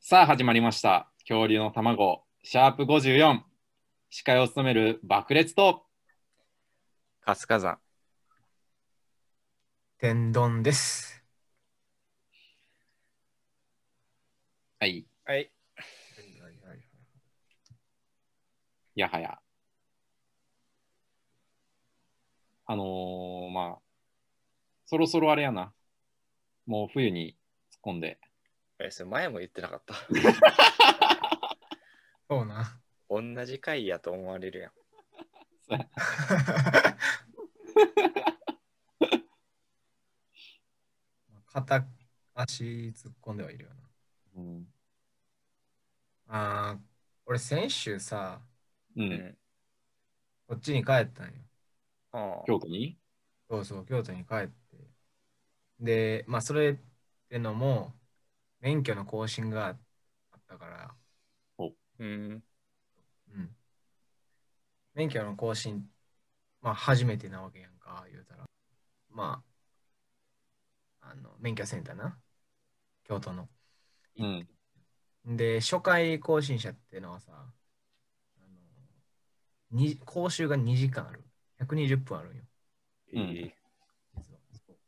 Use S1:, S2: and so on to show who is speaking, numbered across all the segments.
S1: さあ始まりました恐竜の卵シャープ54司会を務める爆裂と
S2: 春日山。
S3: 天丼です。
S1: はい
S2: はい。
S1: やはやあのー、まあそろそろあれやなもう冬に突っ込んで
S2: え、それ前も言ってなか った。
S3: そうな。
S2: 同じ回やと思われるやん。
S3: 片足突っ込んではいるよ
S1: うん、
S3: な。あー俺先週さ、
S1: う、
S2: うんん。
S3: こっちに帰ったんよ。
S2: あ
S1: 京都に
S3: そうそう、京都に帰って。で、まあそれってのも、免許の更新があったから、
S2: うん。
S3: うん。免許の更新、まあ初めてなわけやんか、言うたら。まあ、あの、免許センターな。京都の。
S1: うん
S3: で、初回更新者っていうのはさ、あのに講習が2時間ある。120分あるんよ、
S2: いい。
S3: 実は。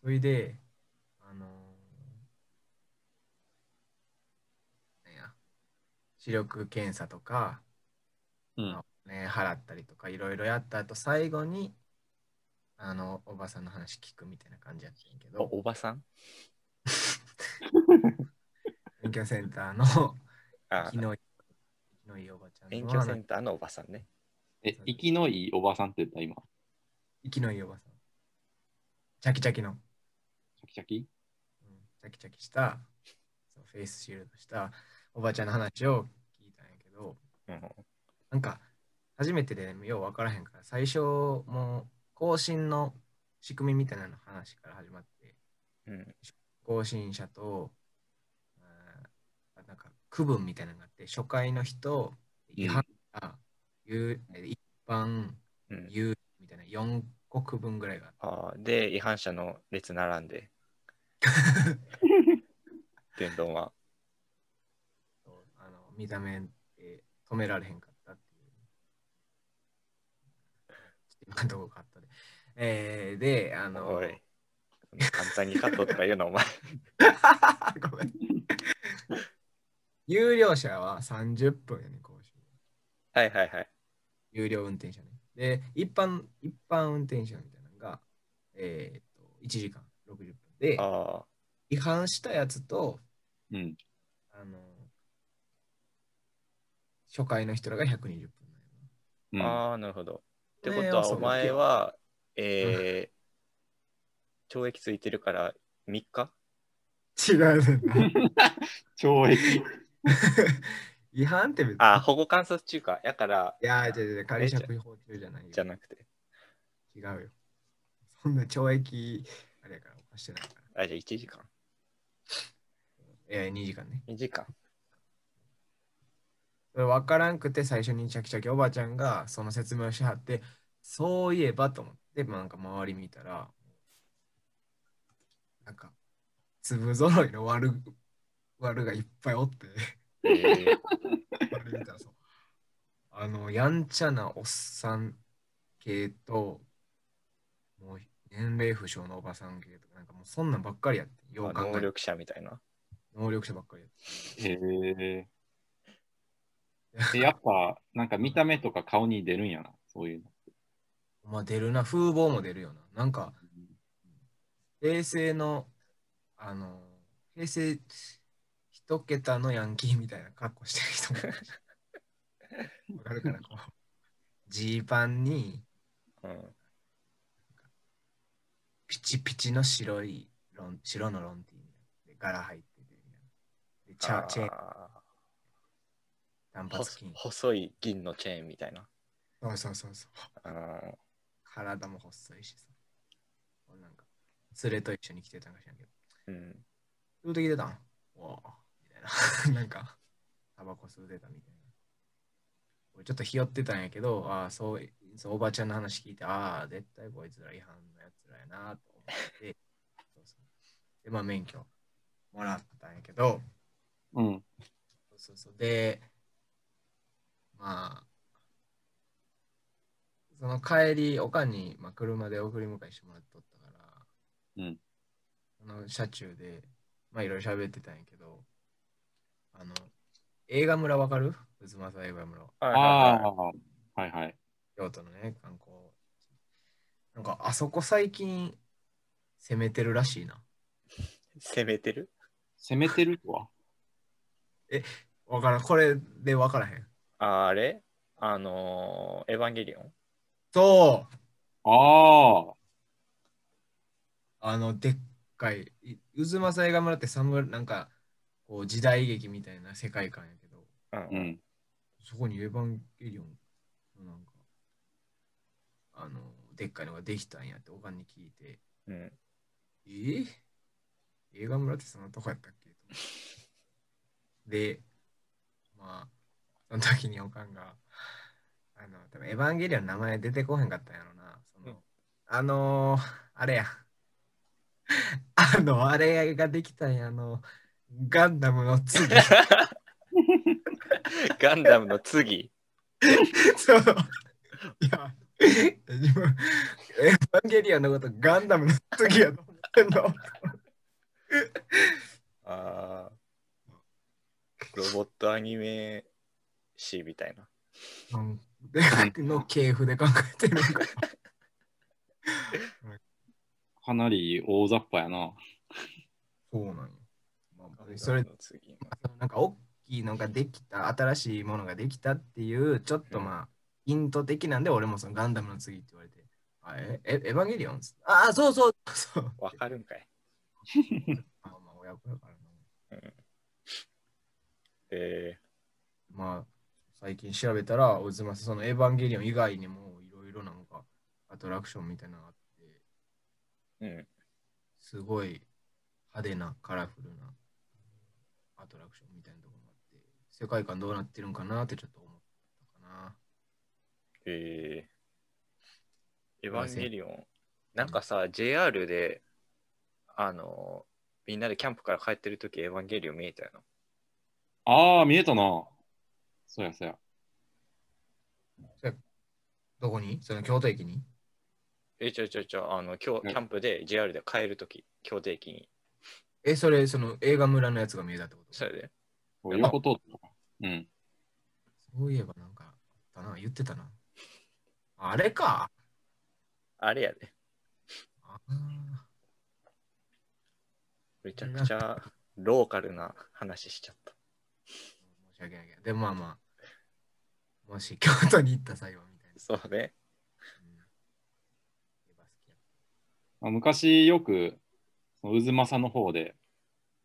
S3: それで、あのなんや、視力検査とか、
S1: うん
S3: ね、払ったりとか、いろいろやった後、最後に、あの、おばさんの話聞くみたいな感じやってんけ
S2: お
S3: ど、
S2: おばさん
S3: 免許センターの
S2: あ
S3: 生きのいい生きのいいおばちゃん
S2: 免
S3: の
S2: 許
S3: 話
S2: センターのおばさんね。
S1: え生きのいいおばさんって言った今
S3: 生きのいいおばさん。チャキチャキの、うん
S1: シャキシャキ
S3: チャキチャキした、そうフェイスシールドしたおばちゃんの話を聞いたんやけど、
S2: うん。
S3: なんか、初めてで、ね、よう分からへんから、最初、もう、更新の仕組みみたいなの話から始まって、
S2: うん。
S3: 更新者と、あーなんか、区分みたいなのがあって、初回の人、違反者、有一般、
S2: うん、
S3: 有みたいな4個区分ぐらいがあっ
S2: あ
S3: て
S2: ーで、違反者の列並ん で。天丼は。
S3: そうあの見た目で止められへんかったっていう。ちょっと今のとこカットで。えー、で、あの、
S2: おい。簡単にカットとか言うのお前。
S3: ごめん。有料車は30分やね、講習。
S2: はいはいはい。
S3: 有料運転者ね。で、一般、一般運転者みたいなのが、えーっと、1時間60分で、
S2: あ
S3: 違反したやつと、
S1: うん
S3: あの、初回の人らが120分なんやな。
S1: う
S2: ー
S1: ん
S2: あー、なるほど。ってこ
S3: ねえ
S2: とは、
S3: 朝
S2: お
S3: 起きよう
S2: 前は、えー、懲役ついてるから3日
S3: 違うな
S1: 懲役
S3: 違反って別に。
S2: あ、保護観察中か。やから、
S3: いやー、違う違う、仮釈放中じゃないよ。
S2: じゃなくて。
S3: 違うよ。そんな懲役、あれやから、犯してないか
S2: あ、じゃあ1時間。
S3: ら。いや、2時間ね。
S2: 2時間。
S3: それ分からんくて、最初にチャキチャキおばあちゃんがその説明をしはって、そういえばと思って、まあなんか周り見たら、なんか、粒揃いの悪、悪がいっぱいおって、
S2: えー、
S3: 周り見たらそう。あの、やんちゃなおっさん系と、もう年齢不詳のおばさん系とか、なんかもうそんなんばっかりやって、よ
S2: まあ
S3: う考え
S2: 能
S3: たら
S2: 力者みたいな。
S3: 能力者ばっかりやって
S1: へえでやっぱなんか見た目とか顔に出るんやなそういうの
S3: まあ出るな、風貌も出るよな。なんか、平成の、あの、平成一桁のヤンキーみたいな格好してる人もいるし。わかるかな、こう。ジーパンに、
S2: うん。
S3: ピチピチの白いロン、白のロンティーみたいな。で、柄入ってて、みたいな。で、チャーチェーン、
S2: あ
S3: 短
S2: ーほ
S3: 髪金。
S2: 細い銀のチェーンみたいな。
S3: そうそうそうそう。
S2: あー
S3: 体も細いしさ。こうなんか、連れと一緒に来てたんかしらんけど。
S2: うん。
S3: 吸うてきてたんおぉ、みたいな。なん か、タバコ吸うてたみたいな。俺ちょっとひよってたんやけど、ああ、そう、そうおばちゃんの話聞いて、ああ、絶対こいつら違反のやつらやなと思って、そうそうで、まあ免許もらったんやけど、
S1: うん。
S3: そうそうそうで、まあ、その帰り、おかんに、まあ、車で送り迎えしてもらっとったから、
S1: うん
S3: その車中で、まあ、いろいろ喋ってたんやけど、あの、映画村わかる渦政映画村。
S2: はいはい
S1: あ
S2: はい
S1: あ、はいはい。
S3: 京都のね、観光。なんか、あそこ最近、攻めてるらしいな。
S2: 攻めてる
S1: 攻めてるとは。
S3: わからん。これでわからへん。
S2: あれあのーエヴァンゲリオン
S3: そう
S1: ああ、
S3: あの、でっかい、い渦政映画村ってサムなんか、こう、時代劇みたいな世界観やけど、
S2: うん
S1: う
S2: うん
S1: ん。
S3: そこにエヴァンゲリオンのなんか、あの、でっかいのができたんやって、おかんに聞いて、
S2: うん
S3: えぇ映画村ってそんなとこやったっけで、まあ、その時におかんが、あの、多分エヴァンゲリオンの名前出てこへんかったんやろな。そ
S2: う
S3: の
S2: ん
S3: あのー、あれや。あの、あれができたんや、あの、ガンダムの次。
S2: ガンダムの次
S3: そう。いや、自分、エヴァンゲリオンのことガンダムの次やと思ってんの。
S2: あーロボットアニメ誌みたいな
S3: うんでの系譜で考えてるんか
S1: かなり大雑把やな。
S3: そうなんよ。まあ
S2: ガン
S3: そ
S2: ダ
S3: れ
S2: ム、の次
S3: なんか大きいのができた、新しいものができたっていう、ちょっとまあ、ヒント的なんで、俺もそのガンダムの次って言われて、あええエヴァンゲリオンっつってああ、そうそうそう。
S2: わかるんかい
S3: まあまあ、親子だからな。
S2: え
S3: まあ、最近調べたら、渦政、そのエヴァンゲリオン以外にもいろいろなんかアトラクションみたいなのがあって、
S2: ーうん
S3: すごい派手なカラフルなアトラクションみたいなところがあって、世界観どうなってるんかなってちょっと思ったかな。
S2: えーエヴァンゲリオン。なんかさ、JR で、あのー、みんなでキャンプから帰ってるとき、エヴァンゲリオン見えたよな。
S1: ああ、見えたな。そうやそうや。
S3: どこにその京都駅に
S2: え、ちょいちょいちょい、あの、
S1: う
S2: 今
S1: ん
S2: 日、キャンプで JR で帰るとき、京都駅に。
S3: え、それ、その映画村のやつが見えたってこと
S2: それで。
S1: こう横通ったから。うん。
S3: そういえばなんかあったな、言ってたな。あれか
S2: あれやで。
S3: あー
S2: めちゃくちゃローカルな話しちゃった。
S3: 申し訳ないけど、でもまあまあ、もし京都に行った際はみたいな。
S2: そうね。
S1: まあ、昔よく、その渦政の方で、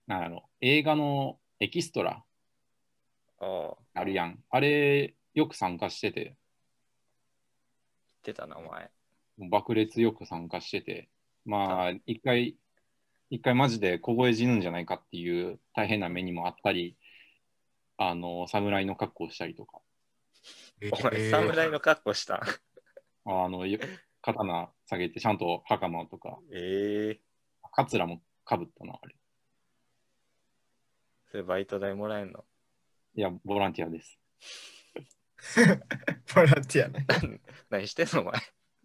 S1: なんやろ、映画のエキストラ
S2: ああ、
S1: あるやん。あれ、よく参加してて、
S2: 言ってたな、お前。
S1: もう爆裂よく参加してて、まあ、一回、一回マジで凍え死ぬんじゃないかっていう大変な目にもあったり、あの、侍の格好をしたりとか、
S2: お前、侍の格好したん。
S1: あの、よ刀下げて、ちゃんと袴とか、
S2: ええ
S1: カツラもかぶったな、あれ。
S2: それバイト代もらえんの。
S1: いや、ボランティアです。
S3: ボランティアね。
S2: 何してんの、お前。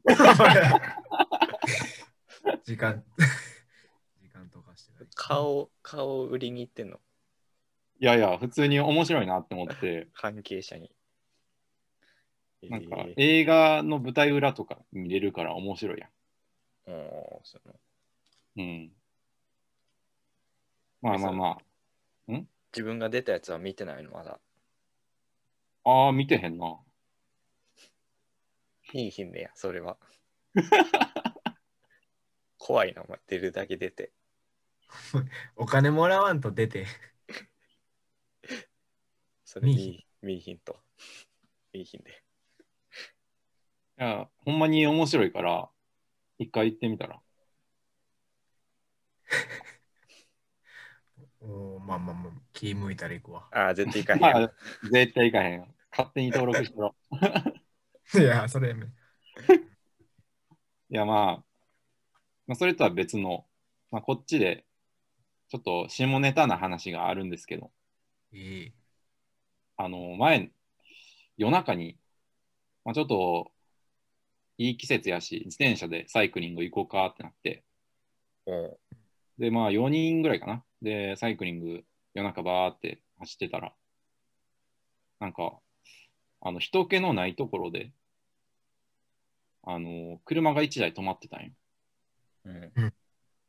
S3: 時間、時間とかしてない。
S2: 顔、顔売りに行ってんの。
S1: いやいや、普通に面白いなって思って、
S2: 関係者に。
S1: なんか
S2: え
S1: 映画の舞台裏とか見れるから面白いや
S2: ーうんその
S1: ん。うん。まあまあま
S2: 自分が出たやつは見てないのまだ。
S1: あ。ああ、見てへんな。
S2: いい品名や、それは。 怖いな、お前。出るだけ出て。
S3: お金もらわんと出て。
S2: それい
S3: 見い
S2: い、見い品と。いい品で。
S1: いや、ほんまに面白いから、一回行ってみたら。
S3: おーまあまあまあ、気向いたら行 くわ。
S2: ああ、絶対行かへん
S1: ま
S2: や
S1: あ、絶対行かへん。勝手に登録してろ。
S3: いや、それやめ。
S1: いや、まあ、まあ、それとは別の、まあ、こっちで、ちょっと下ネタな話があるんですけど、
S3: ええ
S1: あの、前、夜中に、まあ、ちょっと、いい季節やし、自転車でサイクリング行こうかってなって、
S2: お
S1: で、まあ、4人ぐらいかな。で、サイクリング、夜中バーって走ってたら、なんか、あの、人気のないところで、あの、車が1台止まってたんよ。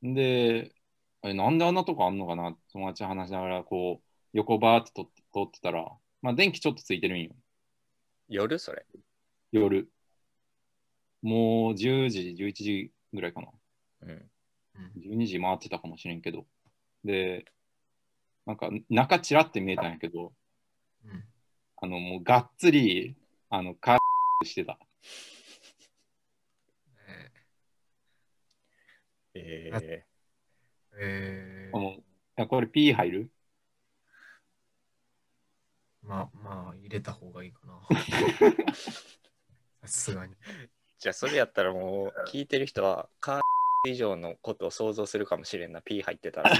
S2: うん。
S1: で、あれなんであんなとこあんのかな友達と話しながら、こう、横バーってとって通ってたら、まあ、電気ちょっとついてるんよ。
S2: 夜それ。
S1: 夜。もう10時、11時ぐらいかな。
S2: うん。
S3: うん
S1: 12時回ってたかもしれんけど。で、なんか中ちらって見えたんやけど、
S3: うん
S1: あの、もうがっつり、あの、カーしてた。
S2: え
S3: え
S2: え
S3: えええ
S1: あのいやこれ P 入る
S3: まあまあ入れた方がいいかな。さすがに。
S2: じゃあそれやったらもう聞いてる人はカー以上のことを想像するかもしれんな P 入って たら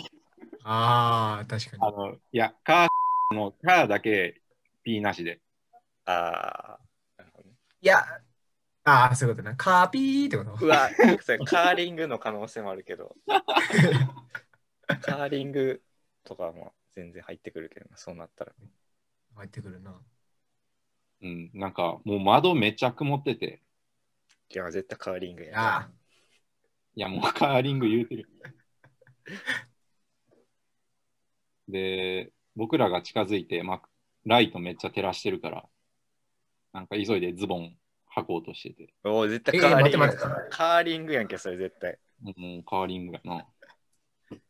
S3: ああ、確か
S1: あ
S3: に。
S1: の、いや、カーの、カーだけ P なしで。
S2: あーなるほどね
S3: いや、ああ、そういうことな。カーピーってこと
S2: うわそれカーリングの可能性もあるけ どカーリングとかも全然入ってくるけどなそうなったら
S3: 入ってくるな。
S1: うん、なんかもう窓めっちゃ曇ってて、
S2: いや絶対カーリングやな
S3: あ
S1: いやもうカーリング言うてる。 で、僕らが近づいて、まあ、ライトめっちゃ照らしてるから、なんか急いでズボン履こうとしてて、
S2: おお絶
S3: え
S2: 対
S3: え
S2: カー
S3: 待っ
S2: リン
S3: て
S2: グ、
S3: 待って。
S2: カーリングやんけそれ絶対
S1: もうカーリングやな。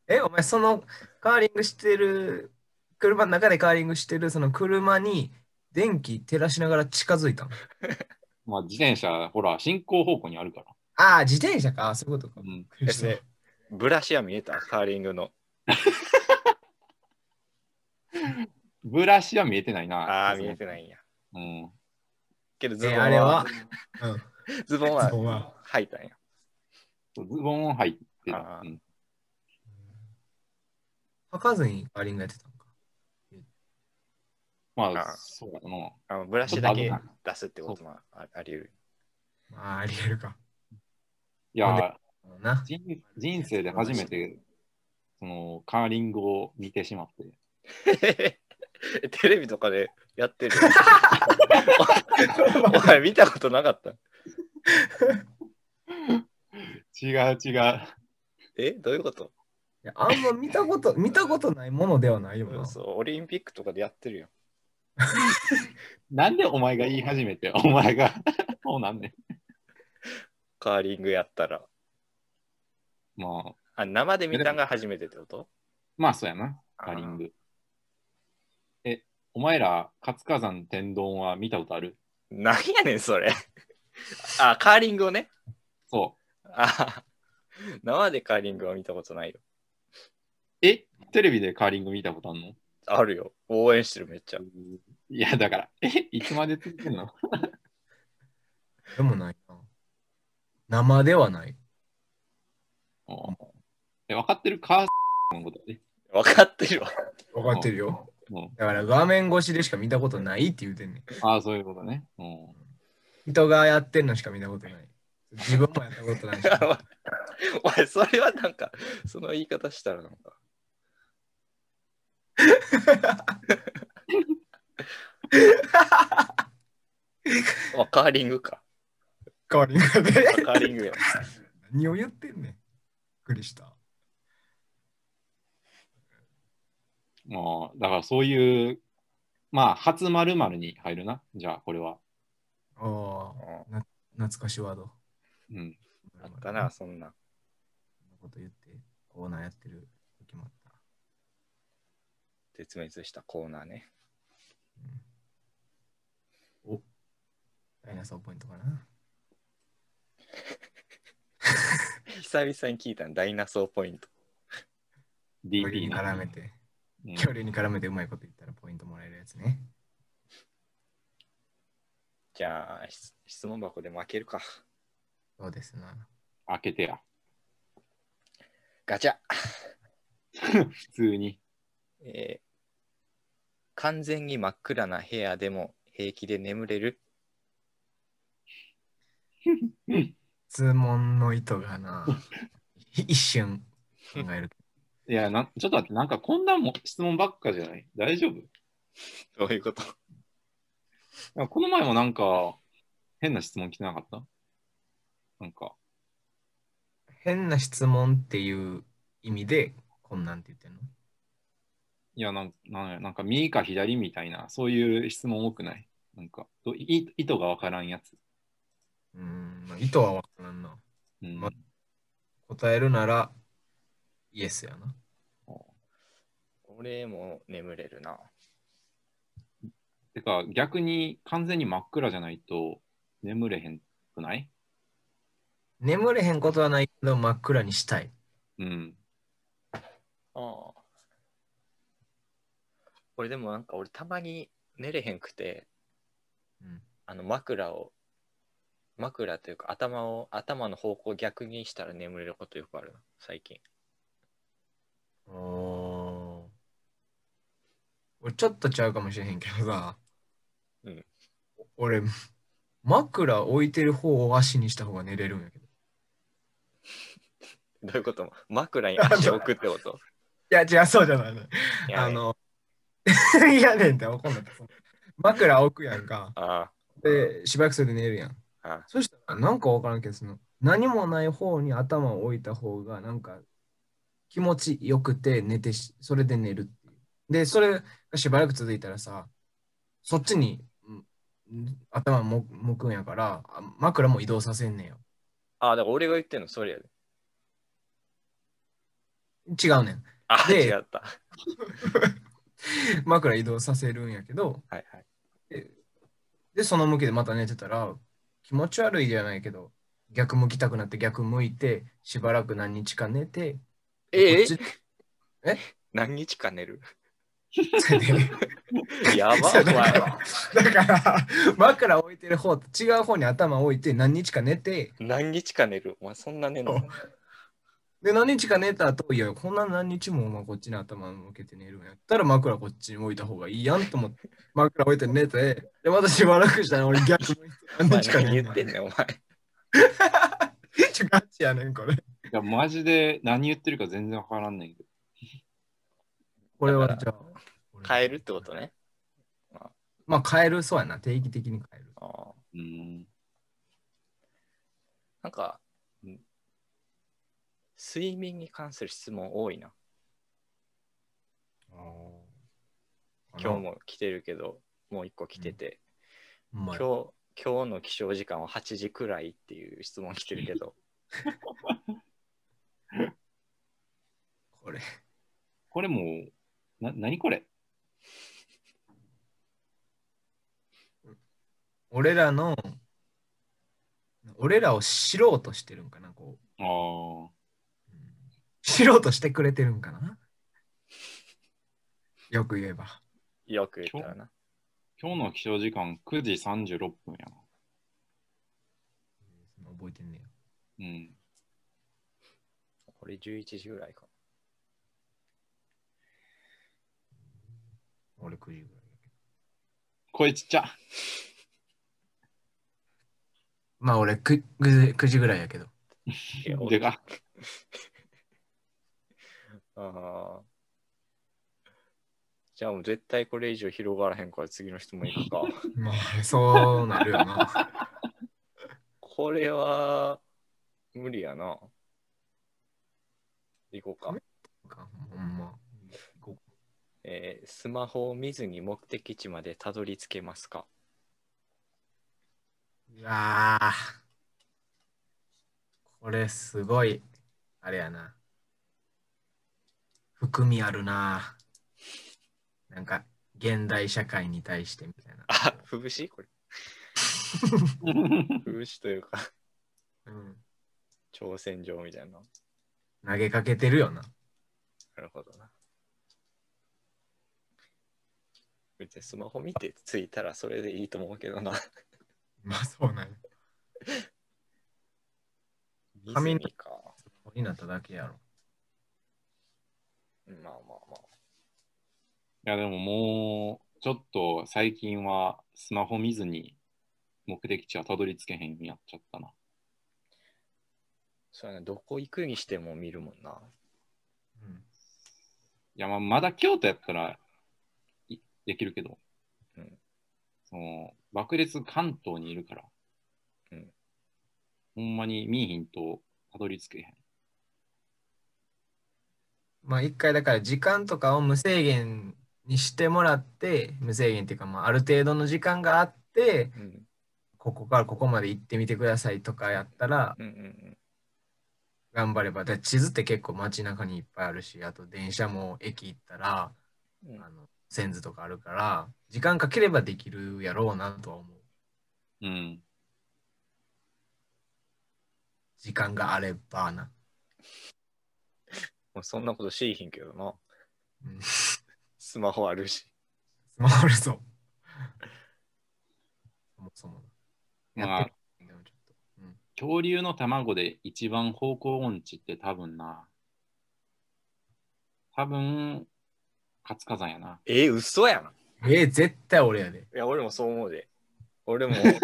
S3: え、お前、そのカーリングしてる、車の中でカーリングしてる、その車に電気照らしながら近づいたの。
S1: まあ、自転車、ほら、進行方向にあるから。
S3: ああ、自転車か。そういうことか
S1: う。ん、
S2: ですねブラシは見えたカーリングの
S1: ブラシは見えてないな。。
S2: ああ見えてないいんや
S1: うん、
S2: けどズボン
S3: え、
S2: は、
S3: あれは、うん、
S2: ズ
S3: ズ
S2: ボン は
S3: ボンは。
S2: 入ったんや
S1: そうズボンを履いてた
S2: あ。ー
S1: うん
S3: 履かずにカーリングやってたのか。
S1: ま
S2: あー
S1: あ、そうだな。
S2: あのブラシだ
S1: ち
S2: け
S1: ょっと危
S2: 出すってこともああり得る
S3: まあ、ありえるか。
S1: いや、
S3: な。
S1: 人人生で初めて、その、カーリングを見てしまって。
S2: テレビとかでやって る。お前見たことなかった。
S1: 違う違う。
S2: えどういうこと
S3: いやあんま見たこと、 見たことないものではないよな。
S2: そうオリンピックとかでやってるよ。
S1: なんでお前が言い始め て、お前が。そうなんね。
S2: カーリングやったら。
S1: まあ、
S2: あ生で見たんが初めてってこと
S1: まあそうやな、カーリング。え、お前ら、活火山天丼は見たことある
S2: なんやねんそれ。あカーリングをね。
S1: そ
S2: あ生でカーリングは見たことないよ。
S1: う。え、テレビでカーリング見たことあるの
S2: あるよ。応援してるめっちゃ。
S1: いや、だから、え、いつまで続けんの
S3: でもないな。生ではない。
S1: おうえ、分かってるカーのことね。
S2: 分かってるわ。
S3: わかってるよ。
S1: も
S3: だから画面越しでしか見たことないって言うてんねん
S1: う。 ああ、そういうことね。も
S3: 人がやってんのしか見たこ とない。自分もやったことないし。
S2: お前それはなんかその言い方し たらなんか。あカーリングか。
S3: カーリングで
S2: あ。カーリ ングや。
S3: 何を言ってんねん。びっくりした。
S1: う、もうだからそういう、まあ、初〇〇に入るな。じゃあ、これは。
S3: あ
S2: う
S3: あ、
S2: ん
S3: 懐かしワード。
S1: うん。
S2: あったな、そんな。
S3: そんなこと言って、コーナーやってる時もあった。
S2: 絶滅したコーナーね。
S3: うんおダイナソーポイントかな。
S2: 久々に聞いたのダイナソーポイント。
S3: 距離
S1: DP
S3: に
S1: ね
S3: 絡めて、
S1: うん
S3: 距離に絡めてうまいこと言ったらポイントもらえるやつね。
S2: じゃあ、質質問箱で負けるか。
S3: そうですな。
S1: 開けてや。
S2: ガチャ、
S1: 普通に。
S2: え完全に真っ暗な部屋でも平気で眠れる
S3: 質問の意図がな、一瞬考える。
S1: いやな、ちょっと待って、なんかこんなも質問ばっかじゃない大丈夫
S2: どういうこと
S1: なんかこの前もなんか、変な質問来てなかったなんか、
S3: 変な質問っていう意味で、こんなんって言ってんの
S1: いや、なんなんやなんか右か左みたいな、そういう質問多くないなんか、どい意図がわからんやつ。
S3: うーん、まあ、意図はわからんな。
S1: うん
S3: ま答えるなら、イエスやな。
S2: 俺も眠れるな。
S1: てか、逆に完全に真っ暗じゃないと眠れへんくない
S3: 眠れへんことはないけど、真っ暗にしたい。
S1: うん。
S2: ああ。俺でもなんか俺たまに寝れへんくて、
S3: うん、
S2: あの枕を、枕というか頭を、頭の方向逆にしたら眠れることよくあるな、最近。
S3: おー俺ちょっとちゃうかもしれへんけどさ、
S2: うん
S3: 俺枕置いてる方を足にした方が寝れるんやけどい
S2: どういう こと枕に足を置くってこと
S3: や違うそうじゃないの
S2: いや
S3: あの いやねんって怒んなかった枕置くやんか
S2: あ
S3: でしばらくそれで寝るやん
S2: あ、あ
S3: そしたらなんかわからんけどその何もない方に頭を置いた方がなんか気持ちよくて寝てしそれで寝るっていう。でそれがしばらく続いたらさそっちにうん頭も向くんやからあ枕も移動させんねんよ。
S2: あ。ああ、だから俺が言ってんのそれやで。
S3: 違うねん。
S2: ああ、
S3: で
S2: 違った。
S3: 枕移動させるんやけど
S2: はいはい。
S3: でその向きでまた寝てたら気持ち悪いじゃないけど逆向きたくなって逆向いてしばらく何日か寝て
S2: ええ
S3: こっち
S2: 何日か寝る
S3: で 寝る
S2: やば
S3: そう
S2: お前は。
S3: だから枕置いてる方と違う方に頭置いて何日か寝て
S2: 何日か寝るお前そんな寝んの
S3: で何日か寝た後いやこんな何日もまあこっちに頭向けて寝るんやったら枕こっちに置いた方がいいやんと思って枕置いて寝てでまたしばらくしたら俺逆向いて
S2: お
S3: 何
S2: 前
S3: 日か
S2: 何
S3: 寝
S2: 言って
S3: る
S2: ん ねん、お前。
S3: ちょガチやねんこれ
S1: いや、マジで何言ってるか全然わからんねんけど。
S3: これはじゃあ
S2: 変えるってことね。
S3: まあ変えるそうやな定期的に変える
S2: ああ
S1: うん。
S2: なんか、うん睡眠に関する質問多いな。今日
S3: も
S2: も来てるけど、もう一個来てて、
S3: 今日
S2: 今日、今日の起床時間は8時くらいっていう質問来てるけ ど、
S3: これ
S1: これもう、な、何これ
S3: 俺らの俺らを知ろうとしてるんかなこう
S1: ああ。
S3: 知ろうとしてくれてるんかなよく言えば。
S2: よく言ったらな。
S1: 今日の起床時間9時36分やな。
S3: 覚えてんねや。
S1: うん。
S2: これ11時ぐらいか。
S3: 俺9時ぐらいだけど。
S1: 声ちっちゃ。
S3: まあ俺 9, 9時ぐらいやけど。
S2: いや俺
S1: でか。
S2: ああ。じゃあもう絶対これ以上広がらへんから次の質問いくか。
S3: まあそうな るよな。
S2: これは無理やな。いこうか。
S3: ほんま。
S2: えースマホを見ずに目的地までたどり着けますか
S3: うわあ。これすごい、あれやな。含みあるな。なんか、現代社会に対してみたいな。
S2: あ、ふぶしこれ。ふぶしというか、
S3: うん、
S2: 挑戦状みたいな。
S3: 投げかけてるよな。
S2: なるほどな。別にスマホ見て着いたらそれでいいと思うけどな。
S3: まあそうなんや。
S2: 見ず
S3: 紙
S2: にか。
S3: ここになっただけやろ。
S2: まあまあまあ。
S1: いや、でももう、ちょっと最近はスマホ見ずに目的地はたどり着けへんやっちゃったな。
S2: そうやね、どこ行くにしても見るもんな。
S3: うん
S1: いや、まあ、まだ京都やったらいできるけど、
S2: うん
S1: その爆裂関東にいるから、
S2: うん
S1: ほんまに見いひんとたどり着けへん。
S3: まあ一回だから時間とかを無制限にしてもらって無制限っていうかまあある程度の時間があって
S2: うん。
S3: ここからここまで行ってみてくださいとかやったら
S2: うんうんうん。
S3: 頑張ればだから地図って結構街中にいっぱいあるしあと電車も駅行ったら
S2: うん
S3: あの線図とかあるから時間かければできるやろうなとは思う
S1: うん。
S3: 時間があればな、
S2: もうそんなことしいひんけどな。
S3: うん、
S2: スマホあるし。
S3: スマホあるぞそもそもな
S1: ま
S3: やっ
S1: あ
S3: て、みるでもちょっと
S1: 恐竜の卵で一番方向音痴って多分な、多分、活火山やな。
S2: えー、嘘やん。
S3: えー絶対俺やで
S2: いや、俺もそう思うで。俺も絶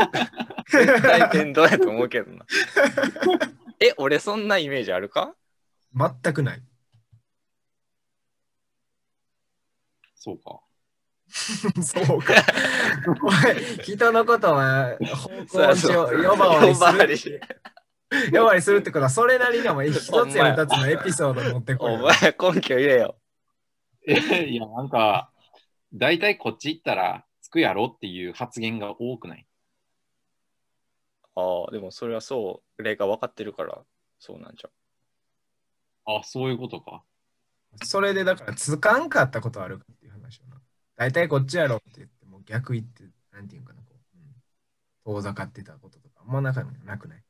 S2: 対天童やと思うけどな。 え、俺そんなイメージあるか
S3: 全くない
S1: そうか。
S3: そうか。おい人のことは方向音痴
S2: そう
S3: を
S2: そう
S3: 呼ばわりするっ
S2: 呼
S3: て
S2: ば
S3: 呼ばわりするってことは、それなりのお前一つや二つのエピソード持ってこい
S2: お
S3: よ。
S2: 前根拠入れよ。
S1: え いや、なんか、大体こっち行ったら着くやろっていう発言が多くない。
S2: ああ、でもそれはそう、例が分かってるから、そうなんじゃ
S1: あ、そういうことか。
S3: それでだから、つかんかったことあるかっていう話をな。大体こっちやろって言って、もう逆言って、なんていうんかな、こう、うん遠ざかってたこととか、あんまなかなくない。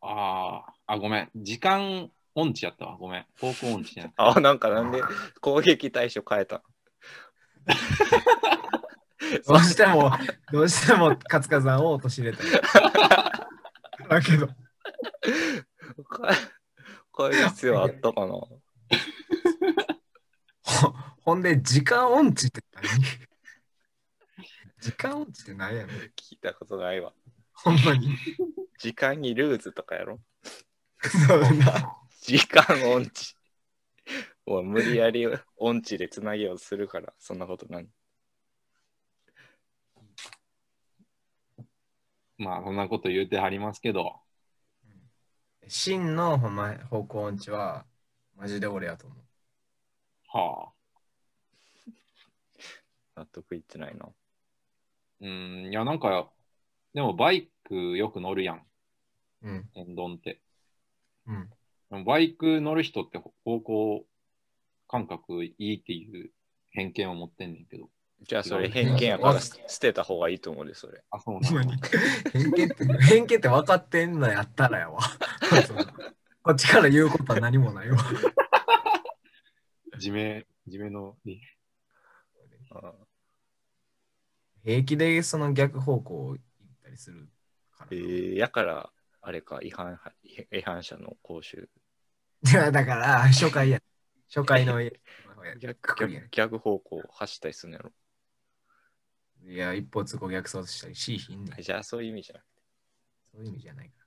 S1: ああ、あ、ごめん。時間音痴やったわ。ごめん。方向音痴じゃなくて
S2: ん。ああ、なんかなんで攻撃対象変えたん
S3: どうしても、どうしても、カツカさんを陥れたい。だけど、
S2: 変える必要あったかな
S3: ほほんで、時間音痴って何時間音痴って何やねん。
S2: 聞いたことないわ。
S3: ほんまに。
S2: 時間にルーズとかやろ
S3: そうな。
S2: 時間音痴。おい無理やり音痴でつなげようとするから、そんなことない。
S1: まあ、そんなこと言うてはりますけど。
S3: 真のほんま方向音痴は、マジで俺やと思う。
S1: はあ。
S2: 納得いってないな。
S1: うん、いや、なんか、でもバイクよく乗るやん。
S3: うん。
S1: 天丼って。
S3: うん。
S1: でもバイク乗る人って方向感覚いいっていう偏見を持ってんねんけど。
S2: じゃあそれ偏見やから捨捨てた方がいいと思うで、それ。
S1: あ、そう
S3: ほんま
S1: な
S3: に
S1: の。
S3: 偏見って、偏見って分かってんのやったら やわ。こっちから言うことは何もないわ。
S1: 自明、自明の理
S2: あ
S3: 平気でその逆方向行ったりするから。
S2: えー、やから、あれか、違反違反者の講習。
S3: いやだから、初回や。初回の。い
S2: 逆
S3: くくりや
S2: 逆逆方向走ったりするんやろ。
S3: や、一歩通行逆走したりしひんねん
S2: じゃあそういう意味じゃなくて。
S3: そういう意味じゃないから。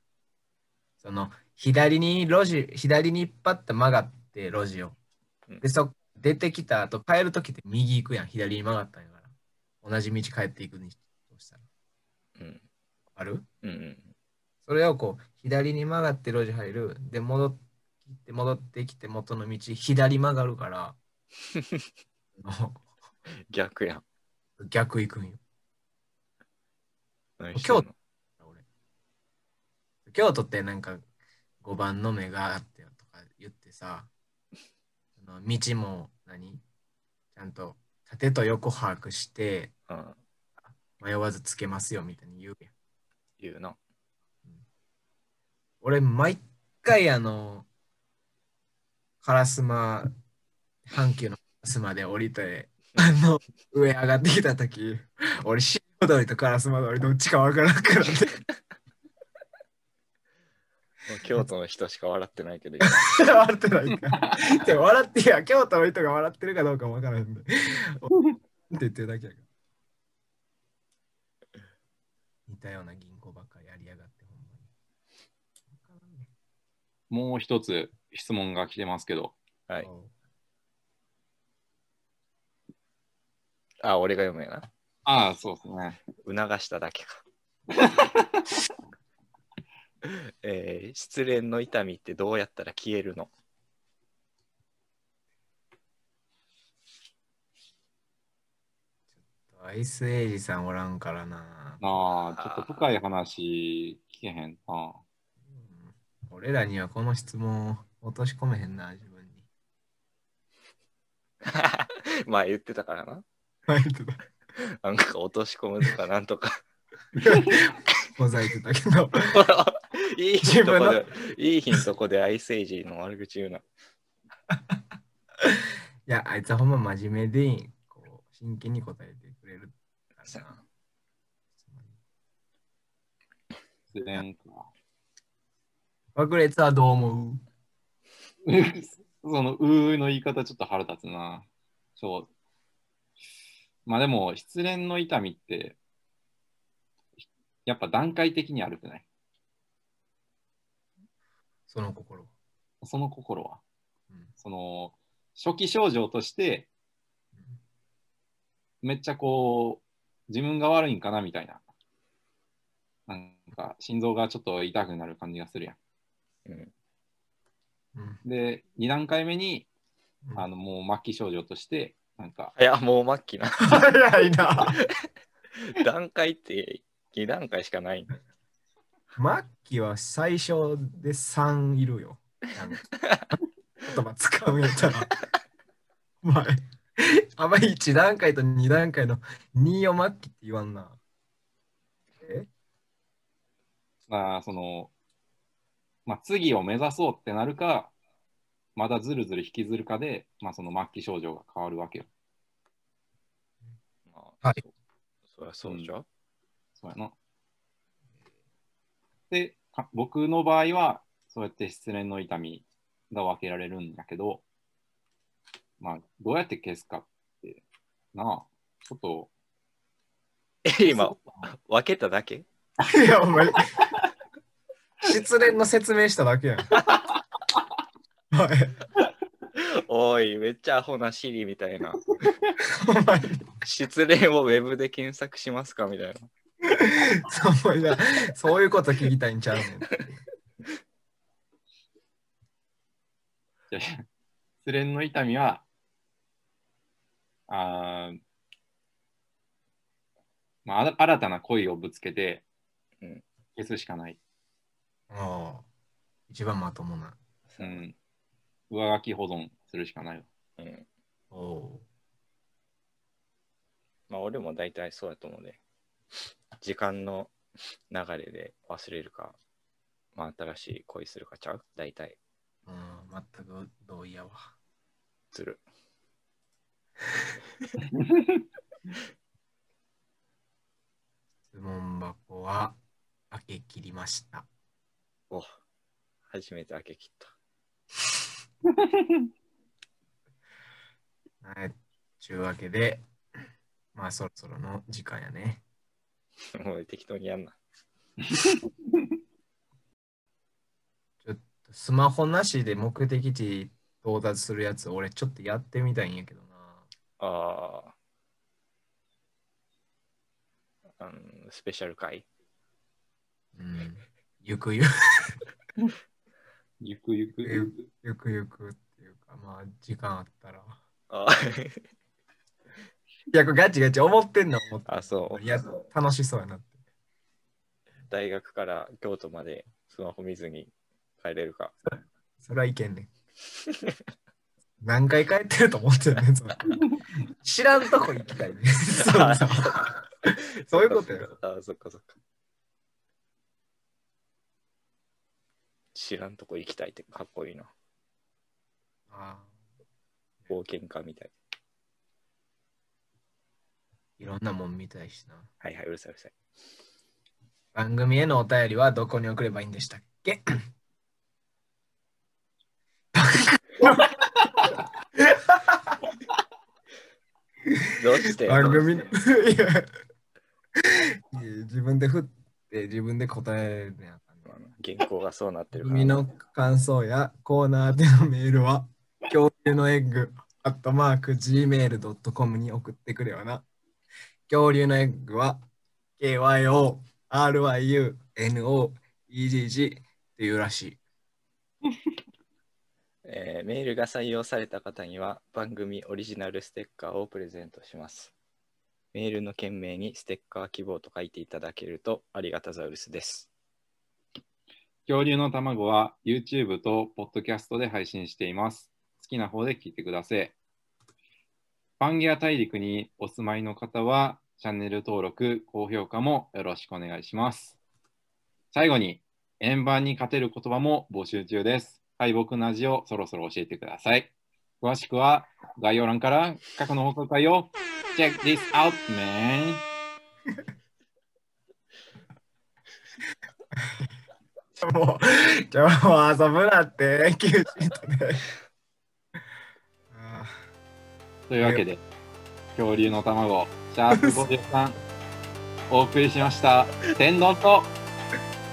S3: その左に路地、左にパッと曲がって路地を。
S2: うん
S3: で、そ出てきた後、帰るときって右行くやん、左に曲がったんやから。同じ道帰っていくにどうしたら。
S2: うん。
S3: ある
S2: うんうん。
S3: それをこう、左に曲がって路地入る。で、戻って、戻ってきて元の道、左曲が るから。も
S2: 逆やん。
S3: う逆行くんよ。
S2: 何してんの
S3: 今俺京都ってなんか5番の目があってとか言ってさその道も何ちゃんと縦と横把握して
S2: うん。
S3: 迷わずつけますよみたいに言うやん
S2: 言うな。
S3: 俺毎回あの烏丸阪急の烏丸で降りてあの上上がってきた時俺新踊りと烏丸通りどっちかわからんからね
S2: もう京都の人しか笑ってないけ ど、
S3: 笑ってないか。でも笑ってや、京都の人が笑ってるかどうかもわからへんで。おって言ってるだけやから。たような銀行ばっかりやりやがって、ほんまに。わからんね
S1: もう一つ質問が来てますけど、
S2: はい。
S3: おう
S2: あ、俺が読むやな。
S1: ああ、そうですね。
S2: 促しただけ か。えー失恋の痛みってどうやったら消えるの
S3: アイスエイジさんおらんからな。
S1: ああ、ちょっと深い話聞けへんな。
S3: うん俺らにはこの質問を落とし込めへんな、自分に。
S2: まあ言ってたからな。
S3: バイトだ。
S2: なんか落とし込むと かなんとか。
S3: モザイクだけど。
S2: いいヒントこで、
S3: 自
S2: いいヒントこでアイスエイジの悪口言うな。
S3: いや、あいつはほんま真面目でいいんこう真剣に答えてくれるから
S2: そう
S3: な。
S1: 失恋か。
S3: 爆裂はどう思う
S1: その、うーの言い方ちょっと腹立つな。そう。まあでも、失恋の痛みって、やっぱ段階的にあるくない
S3: その心は。
S1: その心は。
S3: うん
S1: その、初期症状として、めっちゃこう、自分が悪いんかなみたいな。なんか、心臓がちょっと痛くなる感じがするや
S2: うん
S3: うん
S1: ん。で、2段階目に、
S3: うん
S1: あの、もう末期症状として、なんか、
S2: いや、もう末期な。
S3: 早いな。
S2: 段階って2段階しかない。
S3: 末期は最初で3いるよ。あの言葉使うんやったら。お前、あんまり1段階と2段階の2を末期って言わんな。え
S1: まあ、その、まあ、次を目指そうってなるか、まだずるずる引きずるかで、まあ、その末期症状が変わるわけよ。
S2: まあ、
S3: はい
S2: そ。そりゃそうじゃ。
S1: そうやな。で、か僕の場合は、そうやって失恋の痛みが分けられるんだけど、まあ、どうやって消すかって、なあ、ちょっと。
S2: え、今、分けただけ
S3: いや、お前、失恋の説明しただけやん。お前、
S2: おい、めっちゃアホなシリみたいな。
S3: お前、
S2: 失恋をウェブで検索しますかみたいな。
S3: お前がそういうこと聞きたいんちゃうねん。
S1: いやいや失恋の痛みは、あーまあ、あら新たな恋をぶつけて
S2: うん、
S1: 消すしかない。
S3: ああ、一番まともな。
S1: うん。上書き保存するしかないわ。
S2: うん。
S3: おお
S2: まあ、俺も大体そうやと思うね。時間の流れで忘れるか、まあ、新しい恋するかちゃう大体、
S3: う。うん、全く同意やわ。
S2: する。
S3: 質問箱は開け切りました。
S2: お初めて開け切った。
S3: はい。ちゅうわけで、まあそろそろの時間やね。
S2: もう適当にやんな。
S3: スマホなしで目的地到達するやつ、俺ちょっとやってみたいんやけどな。
S2: ああ。うん、スペシャル回
S3: うん。ゆく ゆく、
S1: ゆくゆくゆく。
S3: ゆくゆくっていうか、まあ時間あったら。い
S2: あ
S3: や、これガチガチ思ってんの思ってんの
S2: あ、そう。
S3: いや、楽しそうやなって。
S2: 大学から京都までスマホ見ずに帰れるか。
S3: それはいけんねん。何回帰ってると思ってたねんそれ知らんとこ行きたいね。そうそうそういうことよ。
S2: ああ、そっかそっか。知らんとこ行きたいってかっこいいな。
S3: あ
S2: 冒険家みたい。
S3: ーいろんなもん見たいしな。
S2: はいはい、うるさいうるさい。
S3: 番組へのお便りはどこに送ればいいんでしたっけ
S2: どうして
S3: 番組
S2: ど
S3: の
S2: う
S3: い
S2: して
S3: やいや自分で振っって自分で答えるやんかんね。
S2: 原稿がそうなってるから。
S3: 海の感想やコーナーでのメールは、恐竜のエッグ、アットマーク、gmail.com に送ってくれよな。恐竜のエッグは、KYO、RYU、NO、EGG っていうらしい。
S2: えーメールが採用された方には番組オリジナルステッカーをプレゼントします。メールの件名にステッカー希望と書いていただけるとありがたザウルスです。
S1: 恐竜の卵は YouTube と Podcast で配信しています。好きな方で聞いてください。パンギア大陸にお住まいの方は、チャンネル登録、高評価もよろしくお願いします。最後に、円盤に勝てる言葉も募集中です。敗北の味をそろそろ教えてください。詳しくは概要欄から過去の報告会を Check this out, man!
S3: もう、今日も遊ぶなって、休止で。あ
S1: というわけで、恐竜の卵、シャープ53、お送りしました。天丼と、
S3: あ、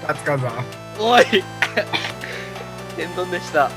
S3: 勝つかさん。
S2: おい天丼でした。